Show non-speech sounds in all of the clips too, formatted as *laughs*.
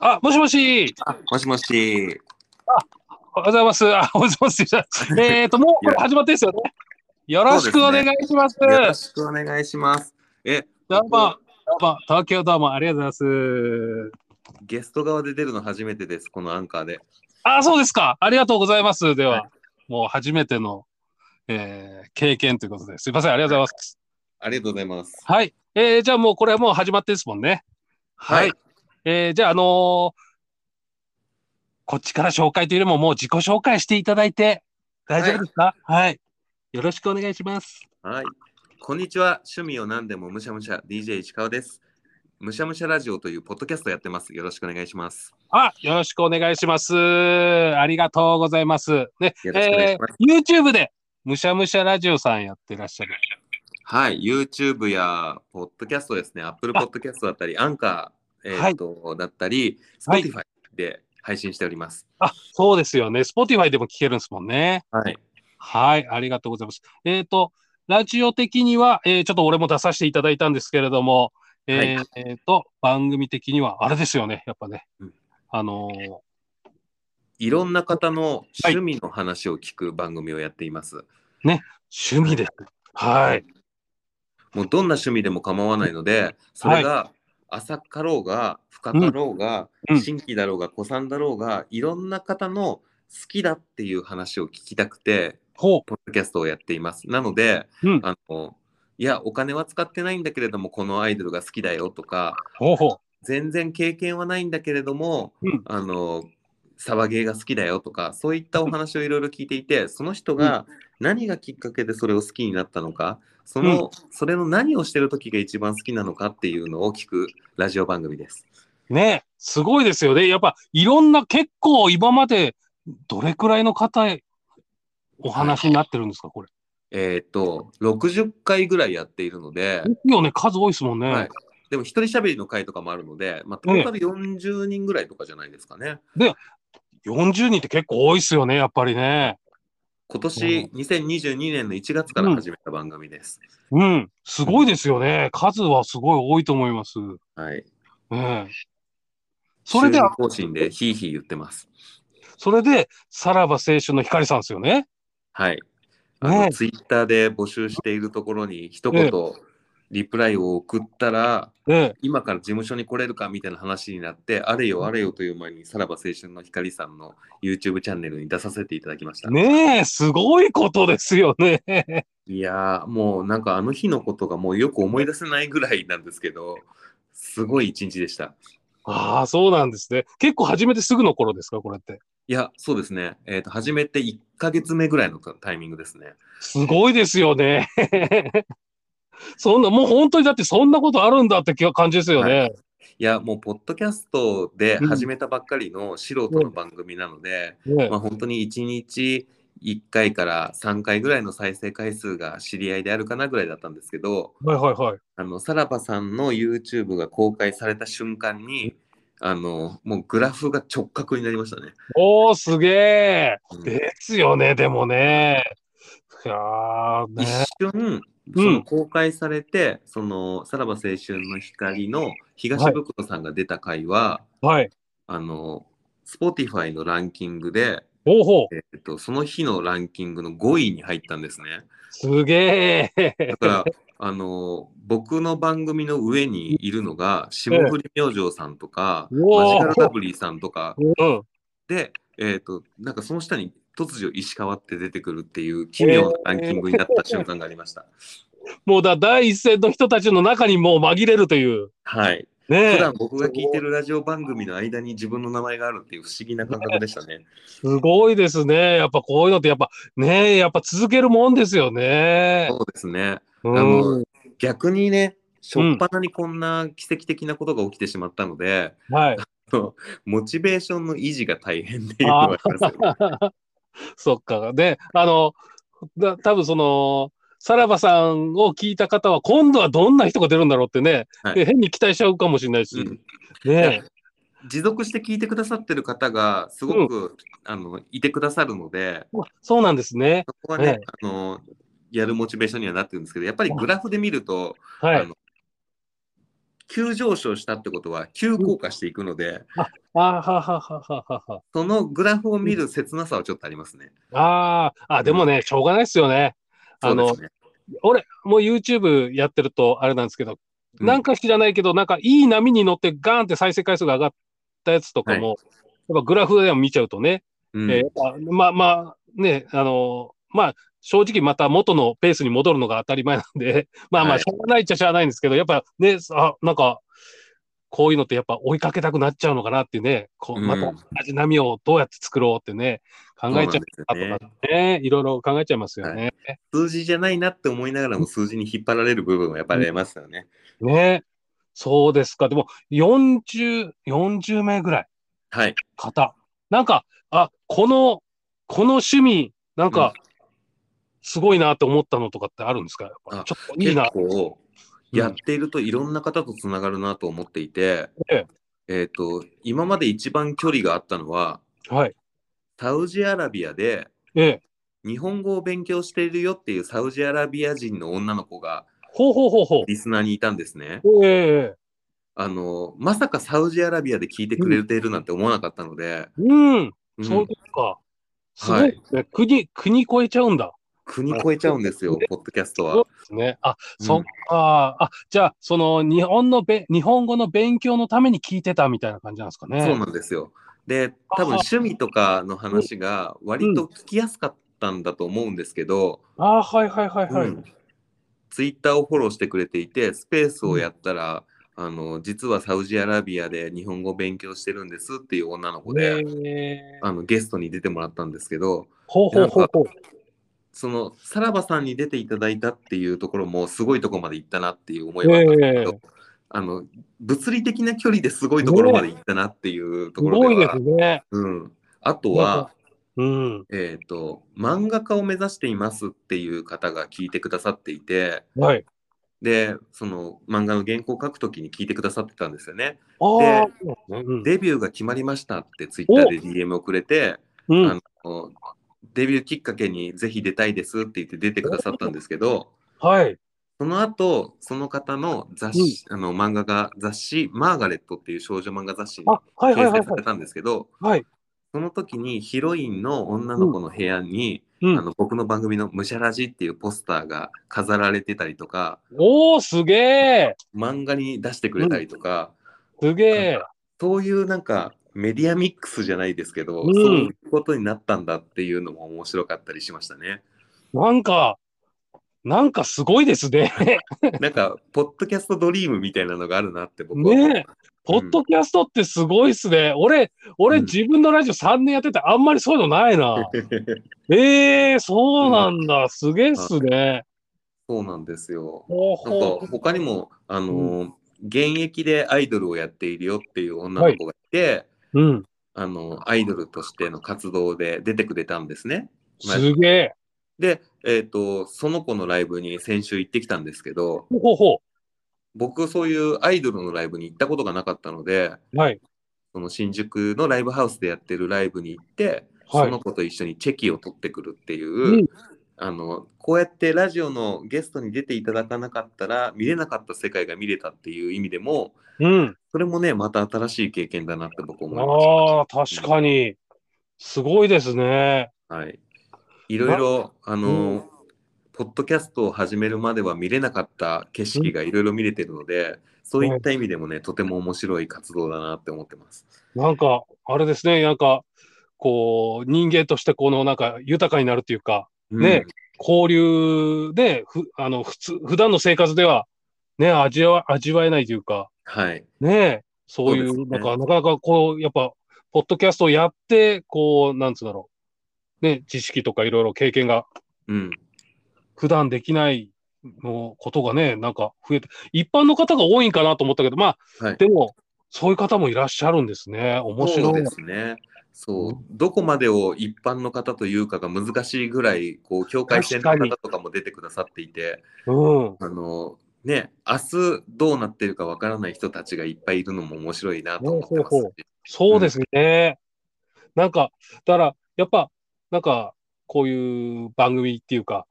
あ、もしもし。あ、もしもし。おはようございます。あ、もしも *laughs* し。えっと、もうこれ始まってですよね。よろしくお願いします。よろしくお願いします。え、どうも、どうも、東京どうもありがとうございます。ゲスト側で出るの初めてです、このアンカーで。あ、そうですか。ありがとうございます。ではいは、もう初めての、えー経験ということです。すいません、ありがとうございます。ありがとうございます。はい。えーじゃあもうこれはもう始まってですもんね。はい。はいえーじゃあ、あのーこっちから紹介というよりももう自己紹介していただいて大丈夫ですかはい、よろしくお願いします。はい。こんにちは。趣味を何でもむしゃむしゃ、DJ 石川です。むしゃむしゃラジオというポッドキャストやってます。よろしくお願いします。あ、よろしくお願いします。ありがとうございます。ね、よろしくお願いえします。ー YouTube で、むしゃむしゃラジオさんやってらっしゃる。はい。YouTube や、ポッドキャストですね。Apple あ Podcast だったり、アンカー、えーっと、だったり、はい Spotify で配信しております。あ、そうですよね。Spotify でも聞けるんですもんね。はい。はい、ありがとうございます。えっ、と、ラジオ的には、えーちょっと俺も出させていただいたんですけれども、えっ、はえーと、番組的には、あれですよね、やっぱねうん。あのーいろんな方の趣味の話を聞く番組をやっています。趣味です。はい。もうどんな趣味でも構わないので、それが浅かろうが深かろうが、うん新規だろうが古参だろうが、いろんな方の好きだっていう話を聞きたくて、ほポッドキャストをやっています。なので、う。うん。あのいや、お金は使ってないんだけれども、このアイドルが好きだよとか、ほうほう。全然経験はないんだけれども、うんあのサバゲーが好きだよとかそういったお話をいろいろ聞いてい *laughs* てその人が何がきっかけでそれを好きになったのかその、それの何をしてる時が一番好きなのかっていうのを聞くラジオ番組です。ね、すごいですよね。やっぱいろんな結構今までどれくらいの方へお話になってるんですか、これ。えっ、と60回ぐらいやっているので、いいよね、数多いですもんね。はい、でも一人喋りの回とかもあるので、まあ、トータル40人ぐらいとかじゃないですかね。 40人って結構多いですよね、やっぱりね。今年2022年の1月から始めた番組です。うん、すごいですよね。数はすごい多いと思います。はい、ねえ、それで週は二、更新でヒーヒー言ってます。それで、さらば青春の光さんですよね。はい。あの、ねえツイッターで募集しているところに一言、ええリプライを送ったら、ね今から事務所に来れるかみたいな話になって、あれよあれよという前に、さらば青春の光さんの YouTube チャンネルに出させていただきました。え、ねえすごいことですよね。 *laughs* いやー、もうなんかあの日のことがもうよく思い出せないぐらいなんですけど、すごい一日でした。ああ、そうなんですね。結構始めてすぐの頃ですか、これって。いや、そうですね。えっ、と、始めて1ヶ月目ぐらいのタイミングですね。すごいですよね。そんな、もう本当にだってそんなことあるんだって気が感じですよね。いや、もう、ポッドキャストで始めたばっかりの素人の番組なので、ねまあ、本当に1日1回から3回ぐらいの再生回数が知り合いであるかなぐらいだったんですけどはいはいはい。あのさらばさんの YouTube が公開された瞬間にあのもうグラフが直角になりましたね。おー、すげうんえ。ですよね、でもね。いやー一ね。瞬その公開されて、そのさらば青春の光の東袋さんが出た回は、はい。あの Spotify のランキングで、おーほう。えっと、その日のランキングの5位に入ったんですね。すげえ。*laughs* だから、あの僕の番組の上にいるのが、霜降り明星さんとか、うわマージカルラブリーさんとかうん。で、えっ、と、なんかその下に突如石川って出てくるっていう奇妙なランキングになった瞬間がありました。もうだ、第一線の人たちの中にもう紛れるという。はい。ね普え。段僕が聞いてるラジオ番組の間に自分の名前があるっていう不思議な感覚でしたね。すごいですね。やっぱこういうのってやっぱ、ねえ、やっぱ続けるもんですよね。そうですね。うあん。の、逆にね、初っ端にこんな奇跡的なことが起きてしまったので、はい。モチベーションの維持が大変っていうのがありますよね *laughs* そっか。で、あの、だ多分その、さらばさんを聞いた方は、今度はどんな人が出るんだろうってね、はい変に期待しちゃうかもしれないし、うんね持続して聞いてくださってる方がすごく、あのいてくださるので、そうなんですね。そこはね、ええあのやるモチベーションにはなってるんですけど、やっぱりグラフで見ると、はあいの。急上昇したってことは急降下していくので、あはははははは。そのグラフを見る切なさはちょっとありますね。あーあ、でもね、しょうがないですよね。あのそうですね俺、もう YouTube やってるとあれなんですけど、うんなんか知らないけど、なんかいい波に乗ってガーンって再生回数が上がったやつとかも、やっぱグラフでも見ちゃうとね、うんえーやっぱまあまあね、あのーまあ正直また元のペースに戻るのが当たり前なんで、 *laughs* まあまはあいしょうがないっちゃしゃあないんですけど、やっぱね、あ、なんか、こういうのってやっぱ追いかけたくなっちゃうのかなっていうね、こう、うんまた味波をどうやって作ろうってね、考えちゃったそうなんとですかよねね、いろいろ考えちゃいますよね。数字じゃないなって思いながらも数字に引っ張られる部分はやっぱりありますよね。ね。そうですか。でも、40、40名ぐらいはい。方。なんか、あ、この、この趣味、なんか、すごいなって思ったのとかってあるんですかやっぱあちょっといいな。結構やっているといろんな方とつながるなと思っていて、ええっ、と、今まで一番距離があったのは、はい。サウジアラビアでええ。日本語を勉強しているよっていうサウジアラビア人の女の子がほうほうほうほう。リスナーにいたんですね。ええあの、まさかサウジアラビアで聞いてくれているなんて思わなかったので、うん。うんそうですか。すごいですね。国、国越えちゃうんだ。国越えちゃうんですよ、ポッドキャストそうは。ですね。あ、うんそっか。あ、じゃあ、その、日本のべ、日本語の勉強のために聞いてたみたいな感じなんですかね。そうなんですよ。で、多分趣味とかの話が割と聞きやすかったんだと思うんですけど、あ、はいはいはいはい。ツイッターをフォローしてくれていて、スペースをやったら、あの実はサウジアラビアで日本語を勉強してるんですっていう女の子で、ええあのゲストに出てもらったんですけど、ほうほうほうほう。そのさらばさんに出ていただいたっていうところもすごいところまで行ったなっていう思いはあったんですけど、えあの物理的な距離ですごいところまで行ったなっていうとすころごでいでは、すね。うん、あとは、うん。えっと漫画家を目指していますっていう方が聞いてくださっていてはい。でその漫画の原稿を書くときに聞いてくださってたんですよね。ああ。うん。デビューが決まりましたってツイッターで DM をくれて、うんあのデビューきっかけにぜひ出たいですって言って出てくださったんですけど、はい。その後、その方の雑誌、あの漫画が雑誌、マーガレットっていう少女漫画雑誌にあ、はいはいは掲い載さはいれ。たんですけど、はい。その時にヒロインの女の子の部屋に、うあん。の僕の番組の「むしゃらじ」っていうポスターが飾られてたりとか、おお、すげえ。漫画に出してくれたりとか、すげえ。そういうなんかメディアミックスじゃないですけど、うんそういうことになったんだっていうのも面白かったりしました *laughs* ね。なんか、なんかすごいです *laughs* ね。なんか、ポッドキャストドリームみたいなのがあるなって僕は思う。ねえ。ポッドキャストってすごいっすね。俺、俺うん自分のラジオ3年やっててあんまりそういうのないな。ええそうなんだ。すげえっすね。 *laughs* そうなんですよ。ほうなんほか他にも、あのー現役でアイドルをやっているよっていう女の子がいて、う。うん。あのアイドルとしての活動で出てくれたんですね。すげえ。で、えっとその子のライブに先週行ってきたんですけどほうほうほ僕そういうアイドルのライブに行ったことがなかったのでう。はい。その新宿のライブハウスでやってるライブに行って、はいその子と一緒にチェキを取ってくるっていう、うんあのこうやってラジオのゲストに出ていただかなかったら見れなかった世界が見れたっていう意味でもうん。それもねまた新しい経験だなって僕思いましああ、確かに。すごいですね。た。はい、いろいろあの、うんポッドキャストを始めるまでは見れなかった景色がいろいろ見れてるので、そういった意味でもねとても面白い活動だなって思ってます。なんか、あれですね。なんか、こう、人間として、この、なんか、豊かになるというか、ね交流で、ふ、あの、普通、普段の生活では、ね、味わ、味わえないというか、うんはいね、そういそう、うですなねんか、なかなか、こう、やっぱ、ポッドキャストをやって、こう、なんつうんだろう。ね、知識とかいろいろ経験がうん普段できないのことがね、なんか増えて、一般の方が多いんかなと思ったけど、まあ、はいでも、そういう方もいらっしゃるんですね。面そう白いで。すね。そう、どこまでを一般の方というかが難しいぐらい、こう境界線の確かに方とかも出てくださっていて、うん。あのね、明日どうなってるかわからない人たちがいっぱいいるのも面白いなと思ってますほうほうそうですね。なんか、だから、やっぱ、なんか、こういう番組っていうか、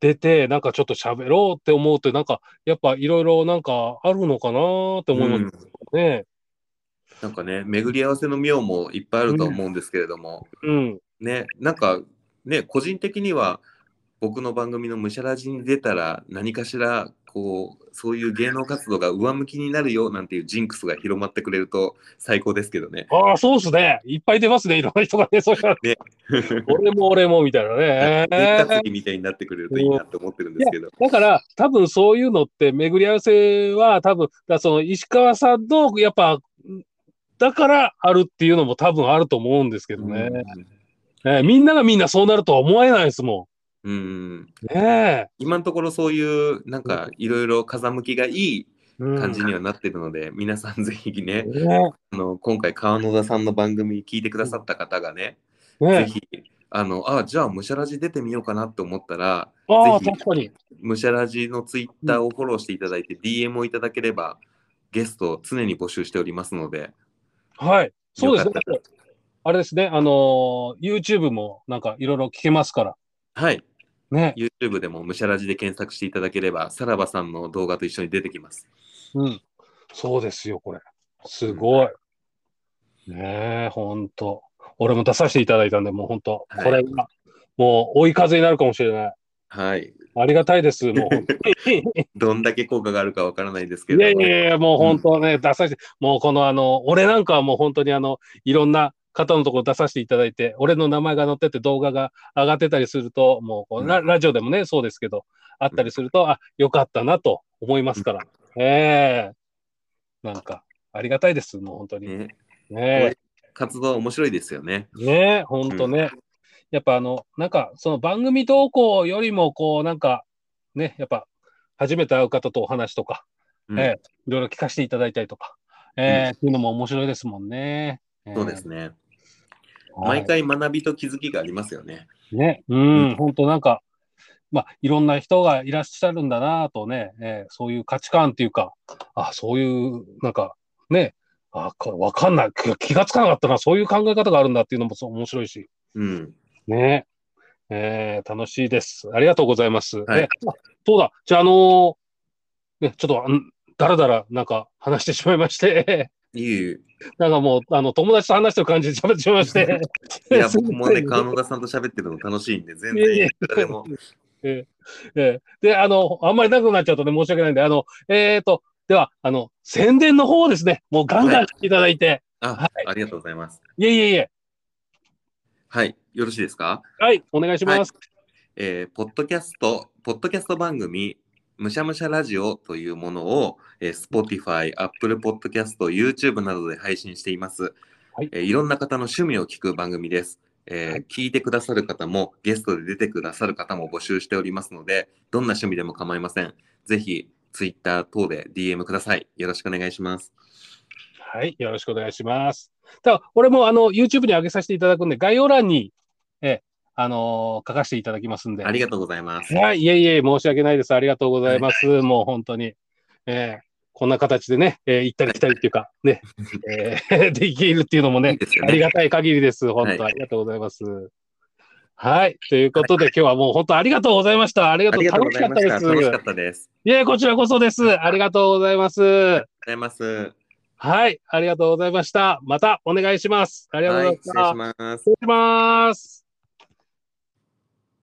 出て、なんかちょっと喋ろうって思うと、なんか、やっぱいろいろなんかあるのかなって思いますね。なんかね、巡り合わせの妙もいっぱいあると思うんですけれども、うん。ね、なんか、ね、個人的には、僕の番組のむしゃらじに出たら、何かしら、こう、そういう芸能活動が上向きになるよなんていうジンクスが広まってくれると最高ですけどね。ああ、そうっすね。いっぱい出ますね、いろんな人がね。そしたら、俺も俺もみたいなね。一括りみたいになってくれるといいなって思ってるんですけど。だから、多分そういうのって、巡り合わせは、多分だからその石川さんの、やっぱ、だからあるっていうのも多分あると思うんですけどね。えーみんながみんなそうなるとは思えないですもうんうん、ん。ねえ。今のところそういうなんかいろいろ風向きがいいうん感じにはなってるので、皆さんぜひねねあの今回川野田さんの番組聞いてくださった方がね、え。ねぜひあのあじゃあむしゃらじ出てみようかなと思ったらえ。ああ、ぜひ確かに。むしゃらじのツイッターをフォローしていただいて、DM をいただければゲストを常に募集しておりますのではい。そうですねよかっ。あれですね。あのー YouTube もなんかいろいろ聞けますから。はいね。 YouTube でもむしゃらじで検索していただければさらばさんの動画と一緒に出てきますうん。そうですよ、これ。すごい。ねえ、ほんと。俺も出させていただいたんで、もうほんと、はいこれが、もう追い風になるかもしれない。はいありがたいです、もうほんと。どんだけ効果があるかわからないですけいどやいやいや、もう本当ね、出させて、もうこのあの、俺なんかはもう本当にあの、いろんな方のところ出させていただいて、俺の名前が載ってて動画が上がってたりすると、もうこうラ、うんラジオでもね、そうですけど、あったりすると、あ、よかったなと思いますから。ええなんか、ありがたいです、もう本当に。ねね活動面白いですよね。え、ねえ、本当ね。やっぱあの、なんか、その番組投稿よりも、こう、なんか、ね、やっぱ、初めて会う方とお話とか、うんえいろいろ聞かせていただいたりとか、えーっていうのも面白いですもんね。そうですね。えー毎。回学びと気づきがありますよね。ね、うん、うん本当なんか、まあ、いろんな人がいらっしゃるんだなぁとね、えーそういう価値観っていうか、あ、そういう、なんか、ね、あ、かわかんない気。気がつかなかったな。そういう考え方があるんだっていうのもそう面白いし、うん。ね。えー楽しいです。ありがとうございます。はいえあそうだ。じゃあ、あのーね、ちょっと、んだらだら、なんか、話してしまいまして。いいいなんかもう、あの、友達と話してる感じで喋ってしまいまして。*laughs* いや、僕もすね、いま川野田さんと喋ってるの楽しいんで、全いえいえ然誰も。せんええええで、あの、あんまりなくなっちゃうとね、申し訳ないんで、あの、えーと、では、あの、宣伝の方をですね、もうガンガンしていただいて、あ、ありがとうございます。い、えいえいえ、はい、よろしいですかはい、お願いします。えーポッドキャスト、ポッドキャスト番組、むしゃむしゃラジオというものを、えー、Spotify、Apple Podcast、YouTube などで配信しています、はいえーいろんな方の趣味を聞く番組です。えーは聞いてくださる方も、ゲストで出てくださる方も募集しておりますので、どんな趣味でも構いません。ぜひ、Twitter 等で DM ください。よろしくお願いします。はい、よろしくお願いします。ただ、俺もあの、YouTube に上げさせていただくんで、概要欄に、ええ、あの書かせていただきますんで。ありがとうございます。はい、いえいえ、申し訳ないです。ありがとうございます。もう本当に。えーこんな形でね、えー行ったり来たりっていうか、ね、えー *laughs* できるっていうのもいねい、ですよありね。がたい限りです。本当、はいありがとうございます。はい。ということで、今日はもう本当ありがとうございました。ありがあとう。りがとうご楽しざかったでいました。す。楽しかったです。いえ、こちらこそです。ありがとうございます。ありがとうございます。はい。ありがとうございました。またお願いします。ありがとうはい、ございまし失た。礼します。失礼します。